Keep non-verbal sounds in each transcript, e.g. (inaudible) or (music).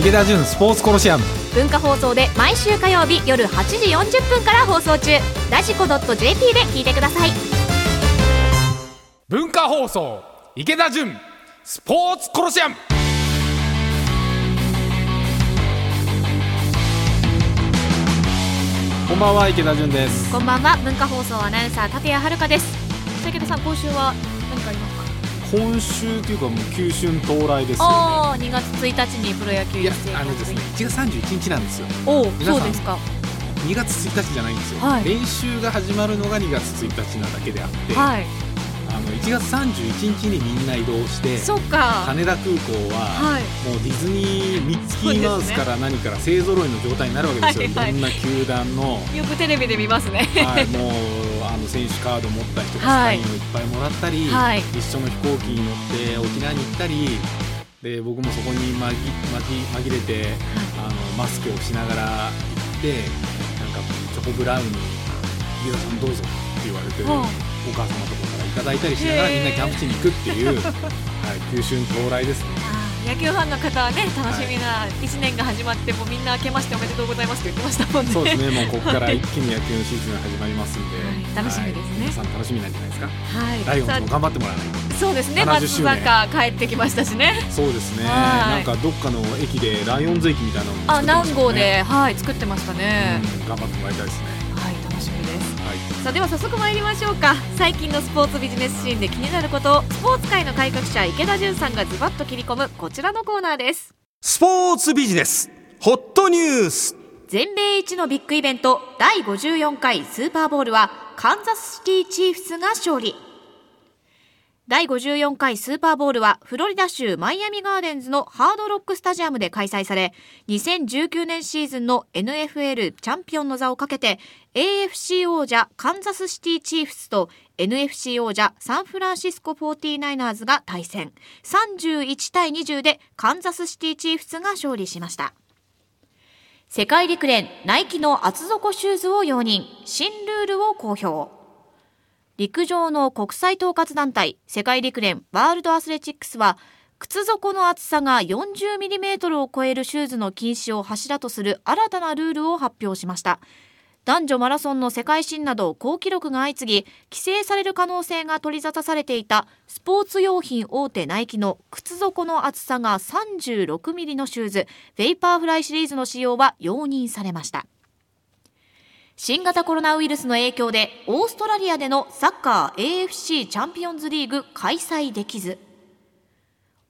池田純スポーツコロシアム文化放送で毎週火曜日夜8時40分から放送中ラジコ .jp で聞いてください文化放送池田純スポーツコロシアムこんばんは池田純ですこんばんは文化放送アナウンサー立谷遥です竹田さん今週は何かありますか今週というかもう九州到来ですよ、ああ2月1日にプロ野球ね、いやあのですね1月31日なんですよおおそ皆さんうですか2月1日じゃないんですよ、はい練習が始まるのが2月1日なだけであって、はいあの1月31日にみんな移動してそうか羽田空港ははいもうディズニーミッキーマウスから何から勢ぞろいの状態になるわけですよ、はいいはいろんな球団 (laughs) の、よくテレビで見ます (laughs) ねはい、もうあの選手カード持った人がサはいインをいっぱいもらったり、はい一緒の飛行機に乗って沖縄に行ったりで僕もそこに紛紛紛れてあのマスクをしながら行ってなんかチョコブラウンに「飯田さんどうぞ」って言われて、うんお母様とかからいただいたりしながらへーみんなキャンプ地に行くって (laughs) いう、はい、九州到来ですね。あー野球ファンの方はね楽しみな1年が始まってもうみんな明けましておめでとうございますって言ってましたもんねそうですね、もうここから一気に野球のシーズンが始まりますんで、はい楽しみですねはい皆さん楽しみなんじゃないですか。はいライオンさズも頑張ってもらわないと。あそうですね70松周年坂帰ってきましたしねそうですね。はないんかどっかの駅でライオンズ駅みたいなのを作っあてましたよ南郷ね。ではい作ってましたねうん頑張ってもらいたいですね。はい楽しみですはい。さあでは早速参りましょうか最近のスポーツビジネスシーンで気になることをスポーツ界の改革者池田純さんがズバッと切り込むこちらのコーナーですスポーツビジネスホットニュース全米一のビッグイベント第54回スーパーボールはカンザスシティチーフスが勝利第54回スーパーボールはフロリダ州マイアミガーデンズのハードロックスタジアムで開催され2019年シーズンの NFL チャンピオンの座をかけて AFC 王者カンザスシティチーフスと NFC 王者サンフランシスコ 49ers が対戦31対20でカンザスシティチーフスが勝利しました世界陸連ナイキの厚底シューズを容認新ルールを公表陸上の国際統括団体世界陸連ワールドアスレチックスは靴底の厚さが 40mm を超えるシューズの禁止を柱とする新たなルールを発表しました男女マラソンの世界新など好記録が相次ぎ規制される可能性が取り沙汰されていたスポーツ用品大手ナイキの靴底の厚さが 36mm のシューズウェイパーフライシリーズの使用は容認されました新型コロナウイルスの影響でオーストラリアでのサッカー AFC チャンピオンズリーグ開催できず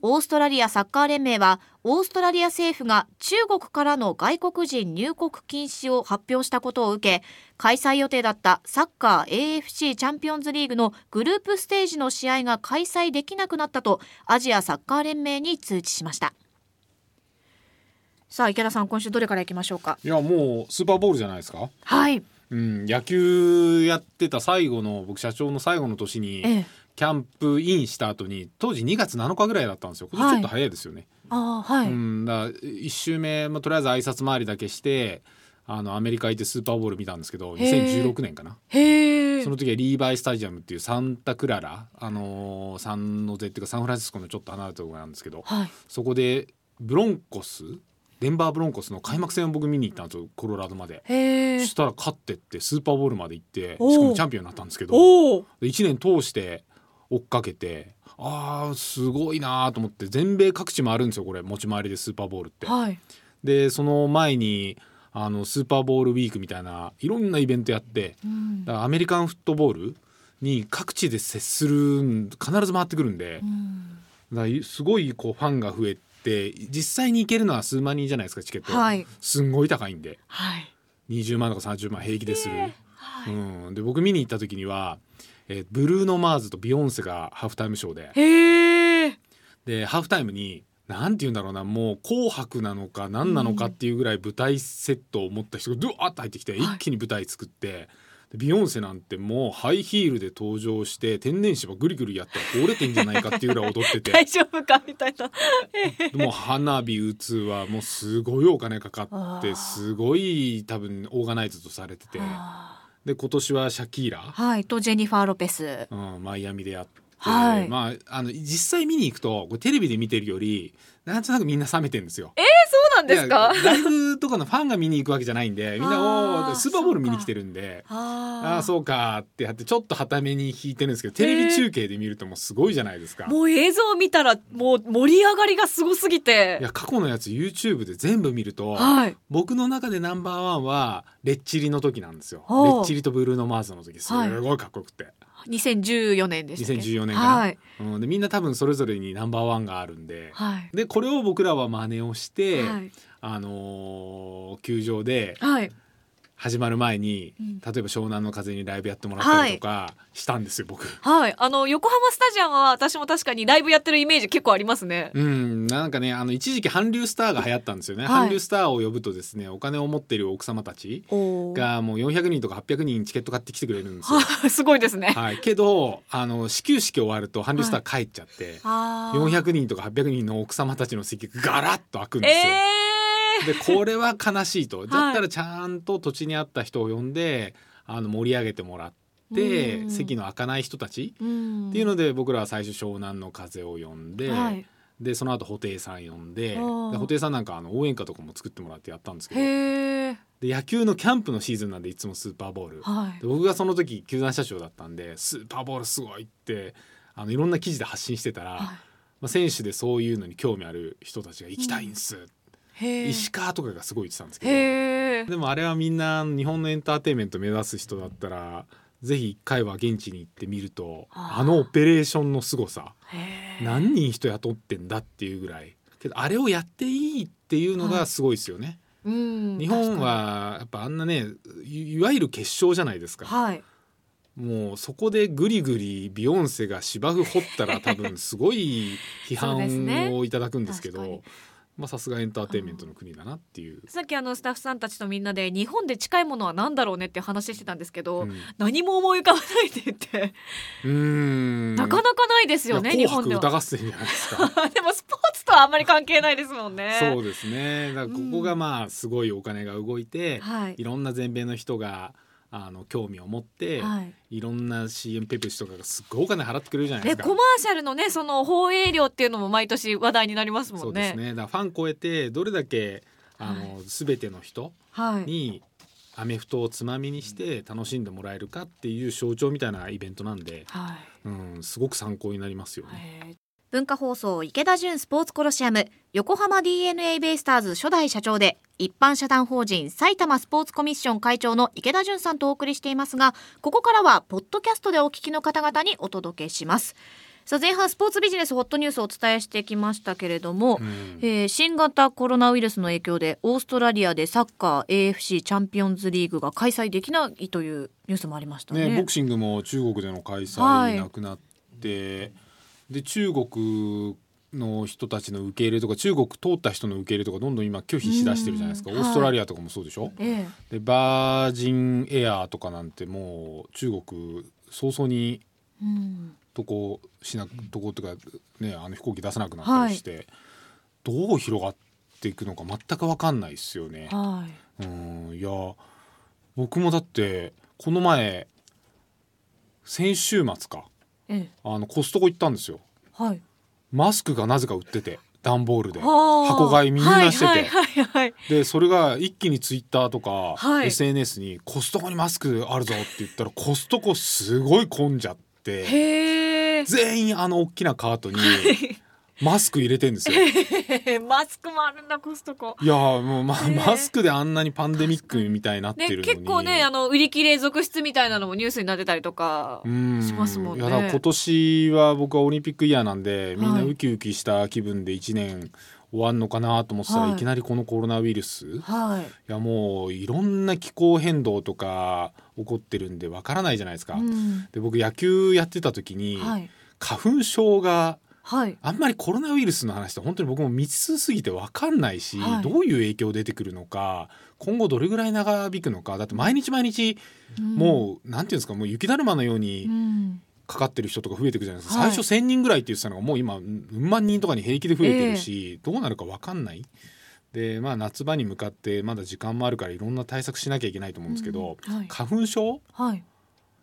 オーストラリアサッカー連盟はオーストラリア政府が中国からの外国人入国禁止を発表したことを受け開催予定だったサッカー AFC チャンピオンズリーグのグループステージの試合が開催できなくなったとアジアサッカー連盟に通知しましたさあ池田さん今週どれからいきましょうかいやもうスーパーボールじゃないですか。はいうん、野球やってた最後の僕社長の最後の年に、ええキャンプインした後に当時2月7日ぐらいだったんですよ。今は年いちょっと早いですよね。ああはい、うん、だ1周目、まあ、とりあえず挨拶回りだけしてあのアメリカ行ってスーパーボール見たんですけどへー2016年かなへえその時はリーバイ・スタジアムっていうサンタクララ、あのーサンノゼっていうかサンフランシスコのちょっと離れたところなんですけどはいそこでブロンコスデンバーブロンコスの開幕戦を僕見に行ったんですよコロラドまで。へそえしたら勝ってってスーパーボールまで行ってしかおーもチャンピオンになったんですけどおお1年通して追っかけてあーすごいなーと思って全米各地もあるんですよこれ持ち回りでスーパーボールって。はいでその前にあのスーパーボールウィークみたいないろんなイベントやってうんだからアメリカンフットボールに各地で接するん必ず回ってくるんでうんだからすごいこうファンが増えて実際に行けるのは数万人じゃないですかチケット、はいすんごい高いんではい20万とか30万平気でする、はいうん、で僕見に行った時には、えーブルーノ・マーズとビヨンセがハーフタイムショーでへえでハーフタイムに何て言うんだろうなもう「紅白」なのか何なのかっていうぐらい舞台セットを持った人がドゥワッと入ってきてはい一気に舞台作って、でビヨンセなんてもうハイヒールで登場して天然芝ぐりぐりやったら折れてんじゃないかっていうぐらい踊ってて大丈夫かみたいなもう花火打つはもうすごいお金かかってあーすごい多分オーガナイズとされててあで今年はシャキーラ、ーはいとジェニファー・ロペスうん、マイアミでやって、はいまああの実際見に行くとこれテレビで見てるよりなんとなくみんな冷めてるんですよ。えそうなんなんですかいやライブとかのファンが見に行くわけじゃないんでみんなあーおースーパーボール見にそうか来てるんであああーそうかってやってちょっとはために引いてるんですけどテレビ中継で見るともうすごいじゃないですか。もう映像を見たらもう盛り上がりがすごすぎいてや過去のやつ YouTube で全部見るとはい僕の中でナンバーワンはレッチリの時なんですよ。レほうッチリとブルーノ・マーズの時すごいかっこよくて、 2014年でしたっけ2014年かなはいうん、でみんな多分それぞれにナンバーワンがあるんではいでこれを僕らは真似をして、はいあのー球場ではい始まる前に、うん例えば湘南の風にライブやってもらったりとかしたんですよ、僕。はいあの横浜スタジアムは私も確かにライブやってるイメージ結構ありますねうん、なんかねあの一時期韓流スターが流行ったんですよね、はい韓流スターを呼ぶとですねお金を持っている奥様たちおーがもう400人とか800人チケット買ってきてくれるんですよ。はい (laughs) すごいですねはい、けどあの始球式終わると韓流スター帰っちゃって、あー400人とか800人の奥様たちの席がガラッと開くんですよ。えでこれは悲しいとだったらちゃんと土地にあった人を呼んであの盛り上げてもらって、うん席の開かない人たちーうんっていうので僕らは最初湘南の風を呼んで、はいでその後布袋さん呼んででおー布袋さんなんかあの応援歌とかも作ってもらってやったんですけどへえで野球のキャンプのシーズンなんでいつもスーパーボールはいで僕がその時球団社長だったんでスーパーボールすごいってあのいろんな記事で発信してたら、はいまあ、選手でそういうのに興味ある人たちが行きたいんです、へえ石川とかがすごい言ってたんですけど。へえでもあれはみんな日本のエンターテインメント目指す人だったらぜひ一回は現地に行ってみるとあーあのオペレーションの凄さへー何人人雇ってんだっていうぐらいけどあれをやっていいっていうのがすごいですよね、うん日本はやっぱあんなねいいわゆる決勝じゃないです確か、かにはいもうそこでぐりぐりビヨンセが芝生掘った (laughs) ら多分すごい批そうですね判をいただくんですけ確かにどまあさすがエンターテインメントの国だなっていう。さっきあのスタッフさんたちとみんなで日本で近いものは何だろうねって話してたんですけど、うん何も思い浮かばないって言って、うーんなかなかないですよねい日や本で紅は。白歌合戦じゃないです (laughs) かでもスポーツとはあんまり関係ないですもんね。そうですねだからここうがんまあすごいお金が動いて、はいい、ろんな全米の人があの興味を持って、はいい、ろんな CM ペプシとかがすっごいお金払ってくれるじゃないでですかコマーシャルのねその放映料っていうのも毎年話題になりますそもうんでね。すねだからファン超えてどれだけあの、全ての人はい。にアメフトをつまみにして楽しんでもらえるかっていう象徴みたいなイベントなんで、はい。うん、すごく参考になりますよね。えー文化放送池田純スポーツコロシアム横浜 DNA ベイスターズ初代社長で一般社団法人埼玉スポーツコミッション会長の池田純さんとお送りしていますがここからはポッドキャストでお聞きの方々にお届けしますさあ前半スポーツビジネスホットニュースをお伝えしてきましたけれども、うんえー新型コロナウイルスの影響でオーストラリアでサッカー AFC チャンピオンズリーグが開催できないというニュースもありましたねねボクシングも中国での開はい催なくなって、で中国の人たちの受け入れとか中国通った人の受け入れとかどんどん今拒否しだしてるじゃないですか、うんオーストラリアとかもそうでしょ、えでバージンエアーとかなんてもう中国早々にえうん渡航しな渡航とかねあの飛行機出さなくなったりして、どう広がっていくのか全く分かんないですよね。はいうんいや僕もだってこの前先週末かええあのコストコ行ったんですよはいマスクがなぜか売ってて段ボールではあ箱買いみんなしてて、はいはいはいはい。でそれが一気にツイッターとか、はい SNS に「コストコにマスクあるぞ」って言ったらコストコすごい混んじゃってへー全員あの大きなカートにマスク入れてんですよ。え。マスクもあるんだコストコ。いやもう、まへえマスクであんなにパンデミックみたいになってねるのに、結構ねあの売り切れ続出みたいなのもニュースになってたりとか。うんしますもんねいやだから今年は僕はオリンピックイヤーなんでみんはないウキウキした気分で1年終わんのかなと思ってたら、はいい、きなりこのコロナウイルス、い、はい。やもういろんな気候変動とか起こってるんでわからないじゃないですか。うん。で僕野球やってた時に、はい。花粉症がはい。あんまりコロナウイルスの話って本当に僕も未知数すぎて分かんないし、はいどういう影響出てくるのか今後どれぐらい長引くのかだって毎日毎日もう、なんていうんですかもう雪だるまのように、うん。かかってる人とか増えていくじゃないですか、はい最初1,000人ぐらいって言ってたのがもう今うん万人とかに平気で増えてるし、どうなるか分かんないで、まあ、夏場に向かってまだ時間もあるからいろんな対策しなきゃいけないと思うんですけど、うんはい花粉症はい。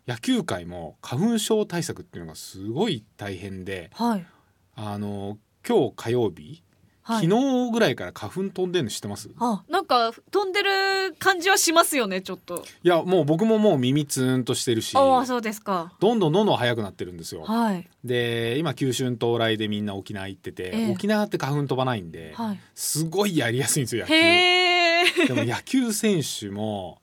野球界も花粉症対策っていうのがすごい大変ではい。あの今日火曜日はい昨日ぐらいから花粉飛んでんの知ってますあなんか飛んでる感じはしますよねちょっといやもう僕ももう耳ツーンとしてるしああそうですかどんどんどんどん早くなってるんですよ。はいで今九州到来でみんな沖縄行ってて、ええ沖縄って花粉飛ばないんで、はいすごいやりやすいんですよ野球。へえでも野球選手も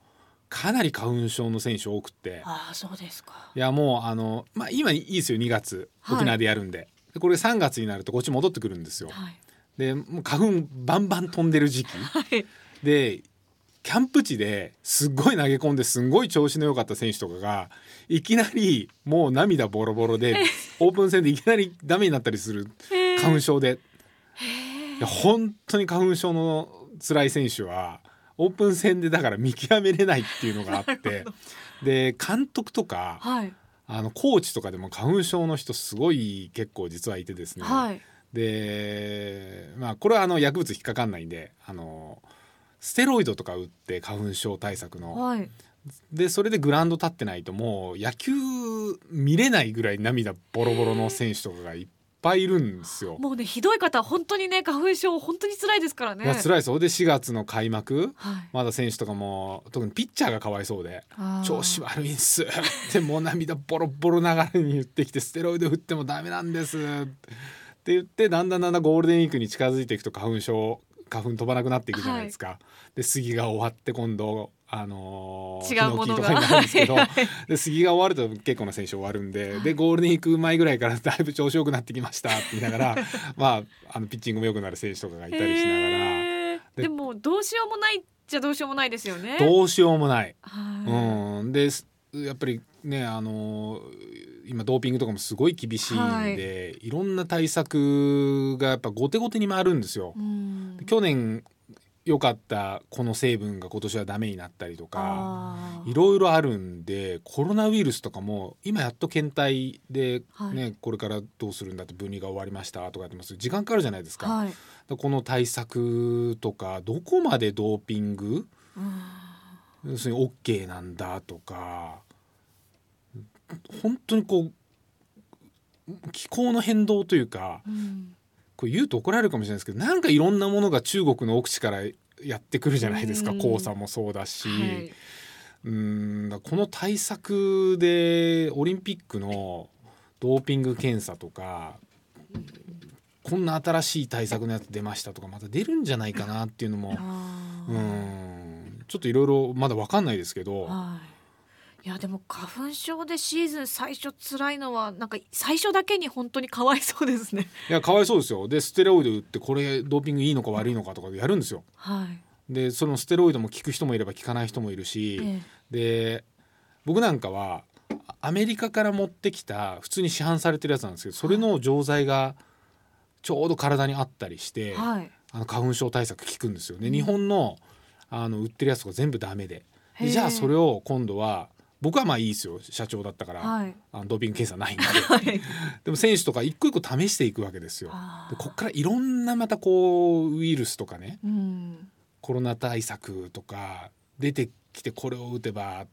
かなり花粉症の選手多くってああそうですかいやもうあの、まあ、今いいですよ2月はい沖縄でやるんで,、でこれ3月になるとこっち戻ってくるんですよ。はいでもう花粉バンバン飛んでる時期はいでキャンプ地ですっごい投げ込んですんごい調子の良かった選手とかがいきなりもう涙ボロボロ (laughs) でオープン戦でいきなりダメになったりするへ花粉症でいや本当に花粉症の辛い選手はオープン戦でだから見極めれないっていうのがあってで監督とかはいあのコーチとかでも花粉症の人すごい結構実はいてですね、はいでまあこれはあの薬物引っかかんないんであのステロイドとか打って花粉症対策の、はいでそれでグラウンド立ってないともう野球見れないぐらい涙ボロボロの選手とかがいっぱいいるんですよ。もうねひどい方は本当にね花粉症本当に辛いですからねいや辛いですよで4月の開幕はいまだ選手とかも特にピッチャーがかわいそうであー調子悪いんす (laughs) ってもう涙ボロボロながらに言ってきてステロイド打ってもダメなんですって言ってだんだんだんだんゴールデンウィークに近づいていくと花粉症花粉飛ばなくなっていくじゃないですか、で杉が終わって今度あのー、違うものがヒノキとかになるんです (laughs) けどはいで杉が終わると結構な選手終わるんででゴールデンウィーク前ぐらいからだいぶ調子良くなってきましたって言いながら (laughs) まああのピッチングも良くなる選手とかがいたりしながらへーででもどうしようもないじゃどうしようもないですよねどうしようもない。はうん、ですやっぱりねあのー今ドーピングとかもすごい厳しいんで、い、ろんな対策がやっぱ後手後手に回るんですよい。うん去年良かったこの成分が今年はダメになったりとかあーいろいろあるんでコロナウイルスとかも今やっと検体で、はいねこれからどうするんだって分離が終わりましたとかやってます時間かかるじゃないですか。はいだからこの対策とかどこまでドーピング要するに OK なんだとか本当にこう気候の変動というかうんこれ言うと怒られるかもしれないですけどなんかいろんなものが中国の奥地からやってくるじゃないですかうん黄砂もそうだし、はいうんだからこの対策でオリンピックのドーピング検査とかこんな新しい対策のやつ出ましたとかまた出るんじゃないかなっていうのもあうーんちょっといろいろまだ分かんないですけど。はいいやでも花粉症でシーズン最初辛いのはなんか最初だけに本当にかわいそうですね。いやかわいそうですよでステロイド打ってこれドーピングいいのか悪いのかとかでやるんですよはい。でそのステロイドも効く人もいれば効かない人もいるし、ええで僕なんかはあアメリカから持ってきた普通に市販されてるやつなんですけどそれの錠剤がちょうど体にあったりして、はい。あの花粉症対策効くんですよね、日本のあの売ってるやつとか全部ダメでへでえじゃあそれを今度は僕はまあいいですよ社長だったから、はいあのドーピング検査ないんで、でも選手とか一個一個試していくわけですよ。あでこっからいろんなまたこうウイルスとかねうん。コロナ対策とか出てきてこれを打てば、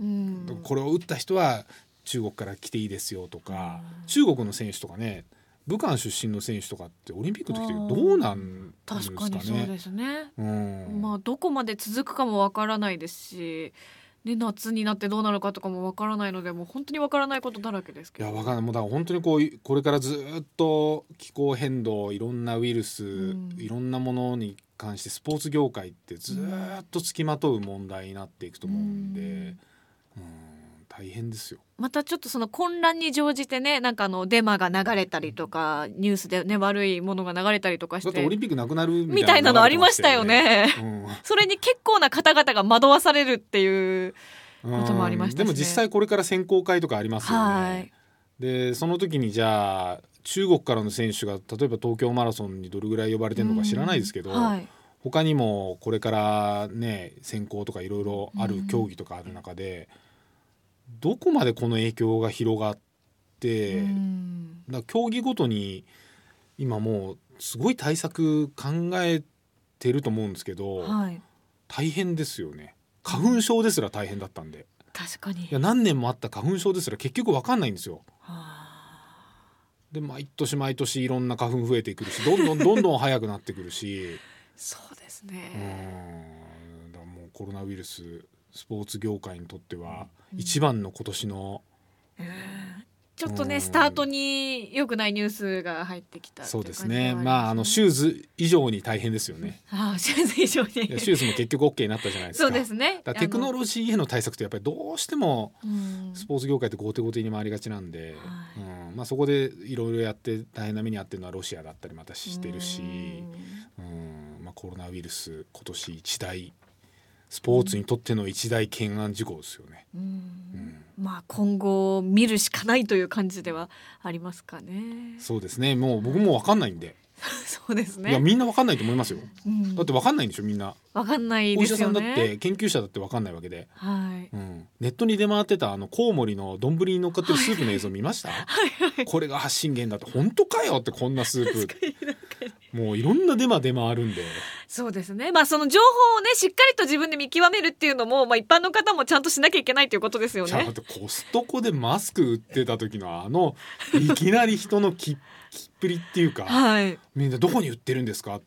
うん。これを打った人は中国から来ていいですよとか、中国の選手とかね武漢出身の選手とかってオリンピックの時ってどうなんです確かかにそうね。ですね。うんまあどこまで続くかもわからないですし、ね夏になってどうなるかとかもわからないので、もう本当にわからないことだらけですいけやど。わかんないもうだから本当にこういこれからずっと気候変動いろんなウイルス、うんいろんなものに関してスポーツ業界ってずっとつきまとう問題になっていくと思うんで、ううんん、大変ですよ。またちょっとその混乱に乗じてね、なんかあのデマが流れたりとか、ニュースでね悪いものが流れたりとかだしってオリて、ンピックなくなるみみたたいいななのありましたよね。流れてましたよね。う (laughs) んそれに結構な方々が惑わされるっていう。こともありましたしでねも実際これから選考会とかありますよね。はいでその時にじゃあ中国からの選手が例えば東京マラソンにどれぐらい呼ばれてるのか知らないですけど、はい、他にもこれからね選考とかいろいろある競技とかある中で、どこまでこの影響が広がって、うんだから競技ごとに今もうすごい対策考えてると思うんですけど、はい、大変ですよね花粉症ですら大変だったんで確かにいや何年もあった花粉症ですら結局わかんないんですよはあで毎年毎年いろんな花粉増えてくるしどんどんどんどん早くなってくるしそうですうね。んだからもうコロナウイルススポーツ業界にとっては一番の今年の、ちょっとうねんスタートに良くないニュースが入ってきたそうですねまああのシュシューズ以上に大変ですよ (laughs) ねあーシューズ以上いやにシューズも結局 OK になったじゃないですかそうですね。だからテクノロジーへの対策ってやっぱりどうしてもあのうんスポーツ業界って後手後手に回りがちなんで、はうんまあ、そこでいろいろやって大変な目に遭ってるのはロシアだったりまたしてるし、うんまあ、コロナウイルス今年一大スポーツにとっての一大懸案事項ですよね。うんまあ今後見るしかないという感じではありますかね。そうですねもう僕も分かんないんで、そうですいやね。みんな分かんないと思いますようんだって分かんないんでしょみんな、わかんないおで医者すさよんだね。って研究者だって分かんないわけで、はい。 (laughs) うん、ネットに出回ってたあのコウモリの丼に乗っかってるスープの映像見 (laughs) ました、これが発信源だって本当かよってこんなスープもういろんなデマ出回るんでそうですね。まあその情報をねしっかりと自分で見極めるっていうのもまあ一般の方もちゃんとしなきゃいけないということですよちゃんね。とコストコでマスク売ってた時のあのいきなり人のき (laughs) きっぷりっていうか、はい。みんなどこに売ってるんですかって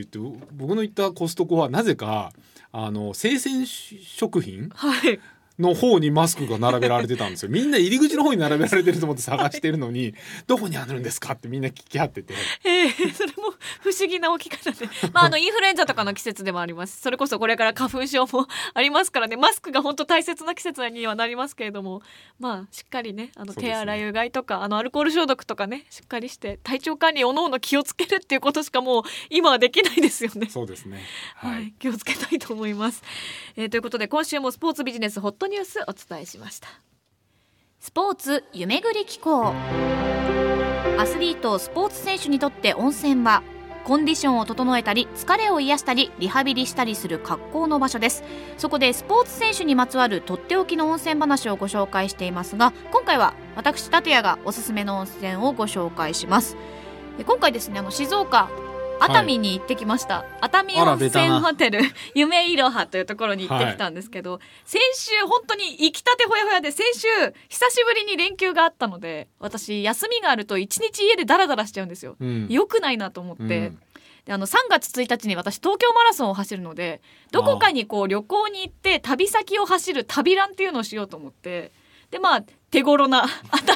言って僕の行ったコストコはなぜかあの生鮮食品はい。の方にマスクが並べられてたんですよみんな入り口の方に並べられてると思って探してるのに、どこにあるんですかってみんな聞き合っててええそれも不思議な置き方 (laughs) で。まああのインフルエンザとかの季節でもあります。それこそこれから花粉症もありますからね。マスクが本当大切な季節にはなりますけれども、まあしっかりね、あのそうですね手洗いうがいとか、あのアルコール消毒とかね、しっかりして体調管理おのおの気をつけるっていうことしかもう今はできないですよね。そうですねは、はいい、気をつけたいと思います、えーということで今週もスポーツビジネスホットニュースお伝えしましたスポーツ夢ぐり機構アスリートスポーツ選手にとって温泉はコンディションを整えたり疲れを癒したりリハビリしたりする格好の場所ですそこでスポーツ選手にまつわるとっておきの温泉話をご紹介していますが今回は私立也がおすすめの温泉をご紹介しますえ今回ですねあの静岡熱海に行ってきました、熱海あら温ベタ泉なホテル夢いろはというところに行ってきたんですけど、先週本当に行きたてほやほやで先週久しぶりに連休があったので私休みがあると一日家でダラダラしちゃうんですよ。うん良くないなと思って、うんであの3月1日に私東京マラソンを走るのでどこかにこう旅行に行って旅先を走る旅ランっていうのをしようと思ってでまあ手頃な熱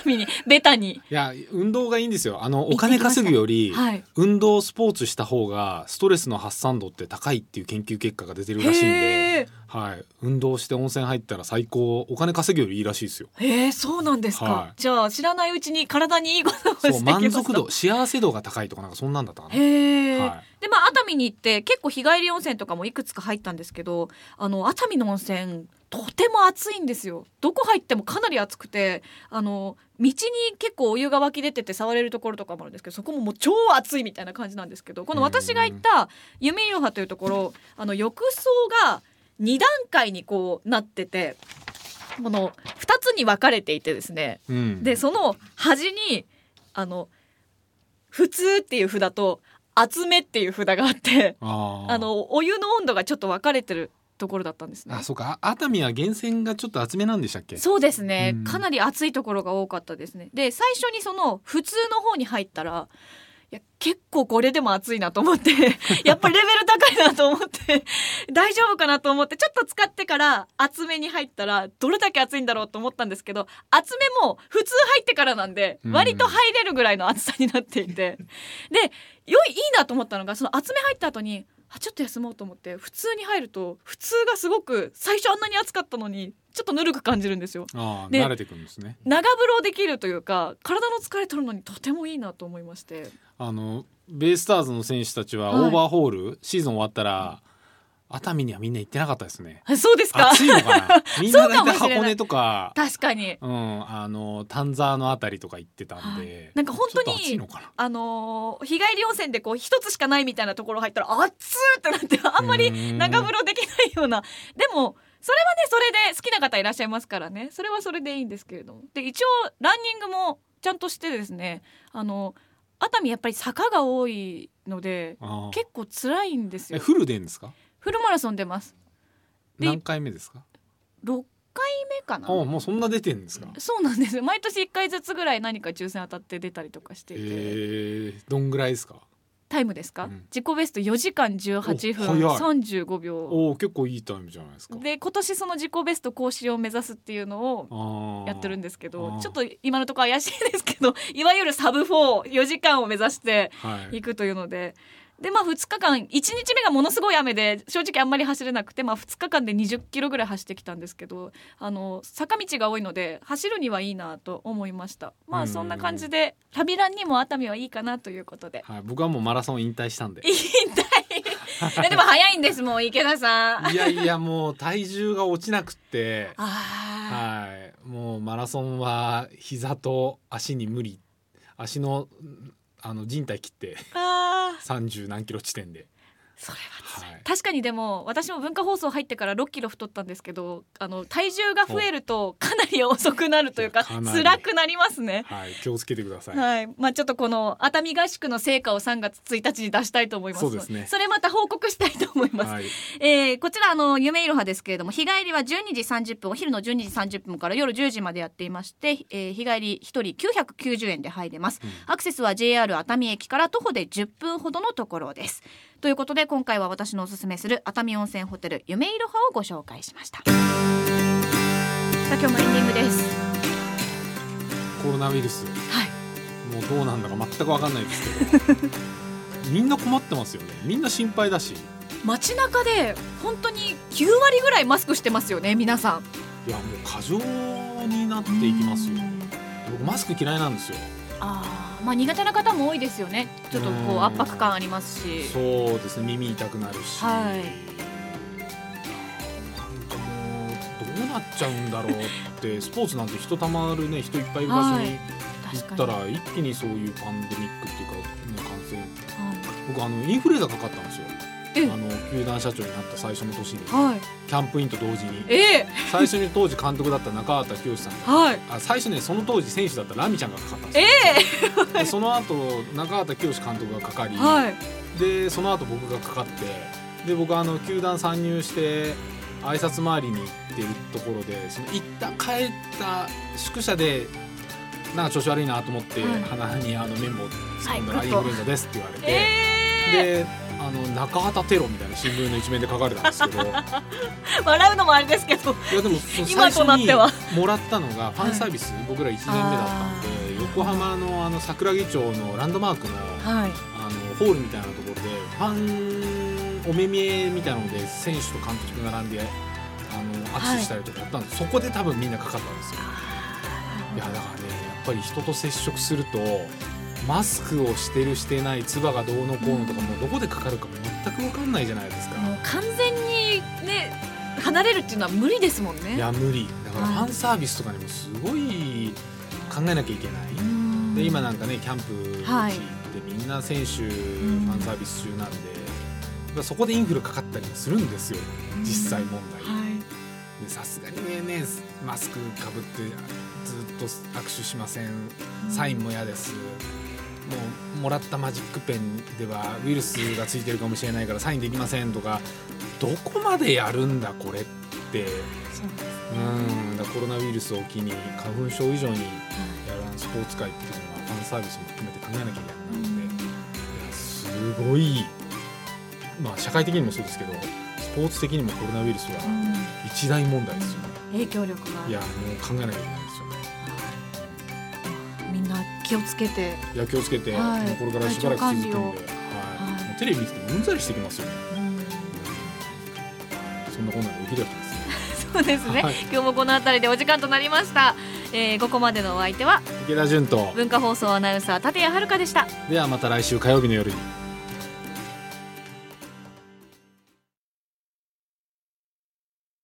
海にベタにいや運動がいいんですよあのお金稼ぐより、はい運動スポーツした方がストレスの発散度って高いっていう研究結果が出てるらしいんへで、はい、運動して温泉入ったら最高お金稼ぐよりいいらしいですよ。えー、そうなんですか、はいじゃあ知らないうちに体にいいことをしてきまそうした満足度幸せ度が高いとかなんかそんなんだったかな。へえ、はでまあ熱海に行って結構日帰り温泉とかもいくつか入ったんですけどあの熱海の温泉とても暑いんですよどこ入ってもかなり暑くてあの道に結構お湯が湧き出てて触れるところとかもあるんですけどそこももう超暑いみたいな感じなんですけどこの私が行った夢いろはというところあの浴槽が2段階にこうなっててこの2つに分かれていてですねい。うん。でその端にあの「普通」っていう札と「厚め」っていう札があってあーあのお湯の温度がちょっと分かれてるところだったんですねあ。そうかあ熱海は源泉がちょっと厚めなんでしたっけ？そうですね、うんかなり暑いところが多かったですねで最初にその普通の方に入ったらいや結構これでも暑いなと思って (laughs) やっぱりレベル高いなと思って大丈夫かなと思ってちょっと使ってから厚めに入ったらどれだけ暑いんだろうと思ったんですけど厚めも普通入ってからなんでうん割と入れるぐらいの暑さになってい (laughs) て、でよいいいなと思ったのがその厚め入った後にあちょっと休もうと思って普通に入ると普通がすごく最初あんなに暑かったのにちょっとぬるく感じるんですよああで慣れてくるんですね。長風呂できるというか体の疲れ取るのにとてもいいなと思いましてあのベイスターズの選手たちははいオーバーホール、シーズン終わったら熱海にはみんな行ってなかったですね。あそうですか暑いのか (laughs) な。みんな大体そうかもしれない箱根とか。確かにうん、あの丹沢のあたりとか行ってたんで、なんか本当ちょっと暑いにのかなあのー日帰り温泉でこう一つしかないみたいなところ入ったら熱っってなってあんまり長風呂できないようなでもそれはねそれで好きな方いらっしゃいますからねそれはそれでいいんですけれどもで一応ランニングもちゃんとしてですねあの熱海やっぱり坂が多いのでああ結構辛いんですえよフルでんですかフルマラソン出ますで何回目ですか6目かなあもうそんな出てんですかそうなんですよ毎年1回ずつぐらい何か抽選当たって出たりとかしてえいて、ー、どんぐらいですかタイムですか、うん自己ベスト4時間18分お早い35秒おお結構いいタイムじゃないですかで今年その自己ベスト更新を目指すっていうのをあやってるんでですけあどーちょっと今のところ怪しいですけど (laughs) いわゆるサブ44時間を目指してはいいくというので。でまあ、2日間1日目がものすごい雨で正直あんまり走れなくて、まあ、2日間で2 0キロぐらい走ってきたんですけどあの坂道が多いので走るにはいいなと思いましたまうあんそんな感じでラビランにも熱海はいいかなということ (laughs) ではい、僕はもうマラソン引退したんでいやでも早いんですもん池田さんいやいやもう体重が落ちなくってあはい、もうマラソンは膝と足に無理足のうんあの人体切ってーあー30何キロ地点で、それははい、確かにでも私も文化放送入ってから6キロ太ったんですけどあの体重が増えるとかなり遅くなるというかいやかなり辛くなりますね。はい、気をつけてください、はいまあ、ちょっとこの熱海合宿の成果を3月1日に出したいと思いますそうですねそれまた報告したいと思います、はいえーこちらあの夢いろはですけれども日帰りは12時30分お昼の12時30分から夜10時までやっていまして、えー日帰り1人990円で入れます、アクセスは JR 熱海駅から徒歩で10分ほどのところですということで今回は私のおすすめする熱海温泉ホテル夢いろはをご紹介しましたさあ今日もエンディングですコロナウイルス、はいもうどうなんだか全く分かんないですけどみんな困ってますよねみんな心配だし街中で本当に9割ぐらいマスクしてますよね皆さんいやもう過剰になっていきますよ僕マスク嫌いなんですよあーまあ苦手な方も多いですよねちょっとこう圧迫感ありますしそうですね耳痛くなるし、はいいやなんかもうどうなっちゃうんだろうって (laughs) スポーツなんて人たまるね人いっぱいいる場所に行ったら、一気にそういうパンデミックっていうか、ね、感染僕あのインフルエンザかかったんですよえあの球団社長になった最初の年にはいキャンプインと同時にええ最初に当時監督だった中畑清さんがはいあ最初ねその当時選手だったラミちゃんがかかったんですえよ、でその後中畑清監督がかかり、えはいでその後僕がかかってで僕はあの球団参入して挨拶回りに行ってるところでその一旦帰った宿舎でなんか調子悪いなと思って、はい鼻にあの綿棒を突っ込んだら「はイいングッとフルエンザです」って言われて、ええであの中畑テロみたいな新聞の一面で書かれたんですけ (laughs) どいや笑うのもあれですけどでもその今最となっ初てはにもらったのがファンサービス、僕ら1年目だったんで横浜のあの桜木町のランドマークの。はあのいホールみたいなところでファンお目見えみたいなので選手と監督が並んであの握手したりとかやったんです、そこで多分みんなかかったんですよ。いやだからねやっぱり人と接触するとマスクをしてるしてない唾がどうのこうのとかもうどこでかかるかも全く分かんないじゃないですか。もう完全にね離れるっていうのは無理ですもんいねや無理だからはいファンサービスとかにもすごい考えなきゃいけない。で今なんかねキャンプはいってみんな選手ファンサービス中なんで、まあそこでインフルかかったりもするんですよ実際問題はいでさすがにねねマスクかぶってずっと握手しませんサインも嫌ですもうもらったマジックペンではウイルスがついてるかもしれないからサインできませんとかどこまでやるんだこれってそうですうんだからコロナウイルスを機に花粉症以上にやらんスポーツ界っていうのはファンサービスも含めて考えなきゃいけないので、いやすごい、まあ、社会的にもそうですけどスポーツ的にもコロナウイルスは一大問題ですよね影響力いがやもう考えなきゃいけないですよねみんな気をつけていや気をつけて、はいもうこれからしばらく続くんで、体調はい管理はいもうテレビ見ててもうんざりしてきますよね、そんなこんなの起きるわけですねそうですね、はい今日もこの辺りでお時間となりました、えーここまでのお相手は池田純と (laughs) 文化放送アナウンサー立谷遥でしたではまた来週火曜日の夜に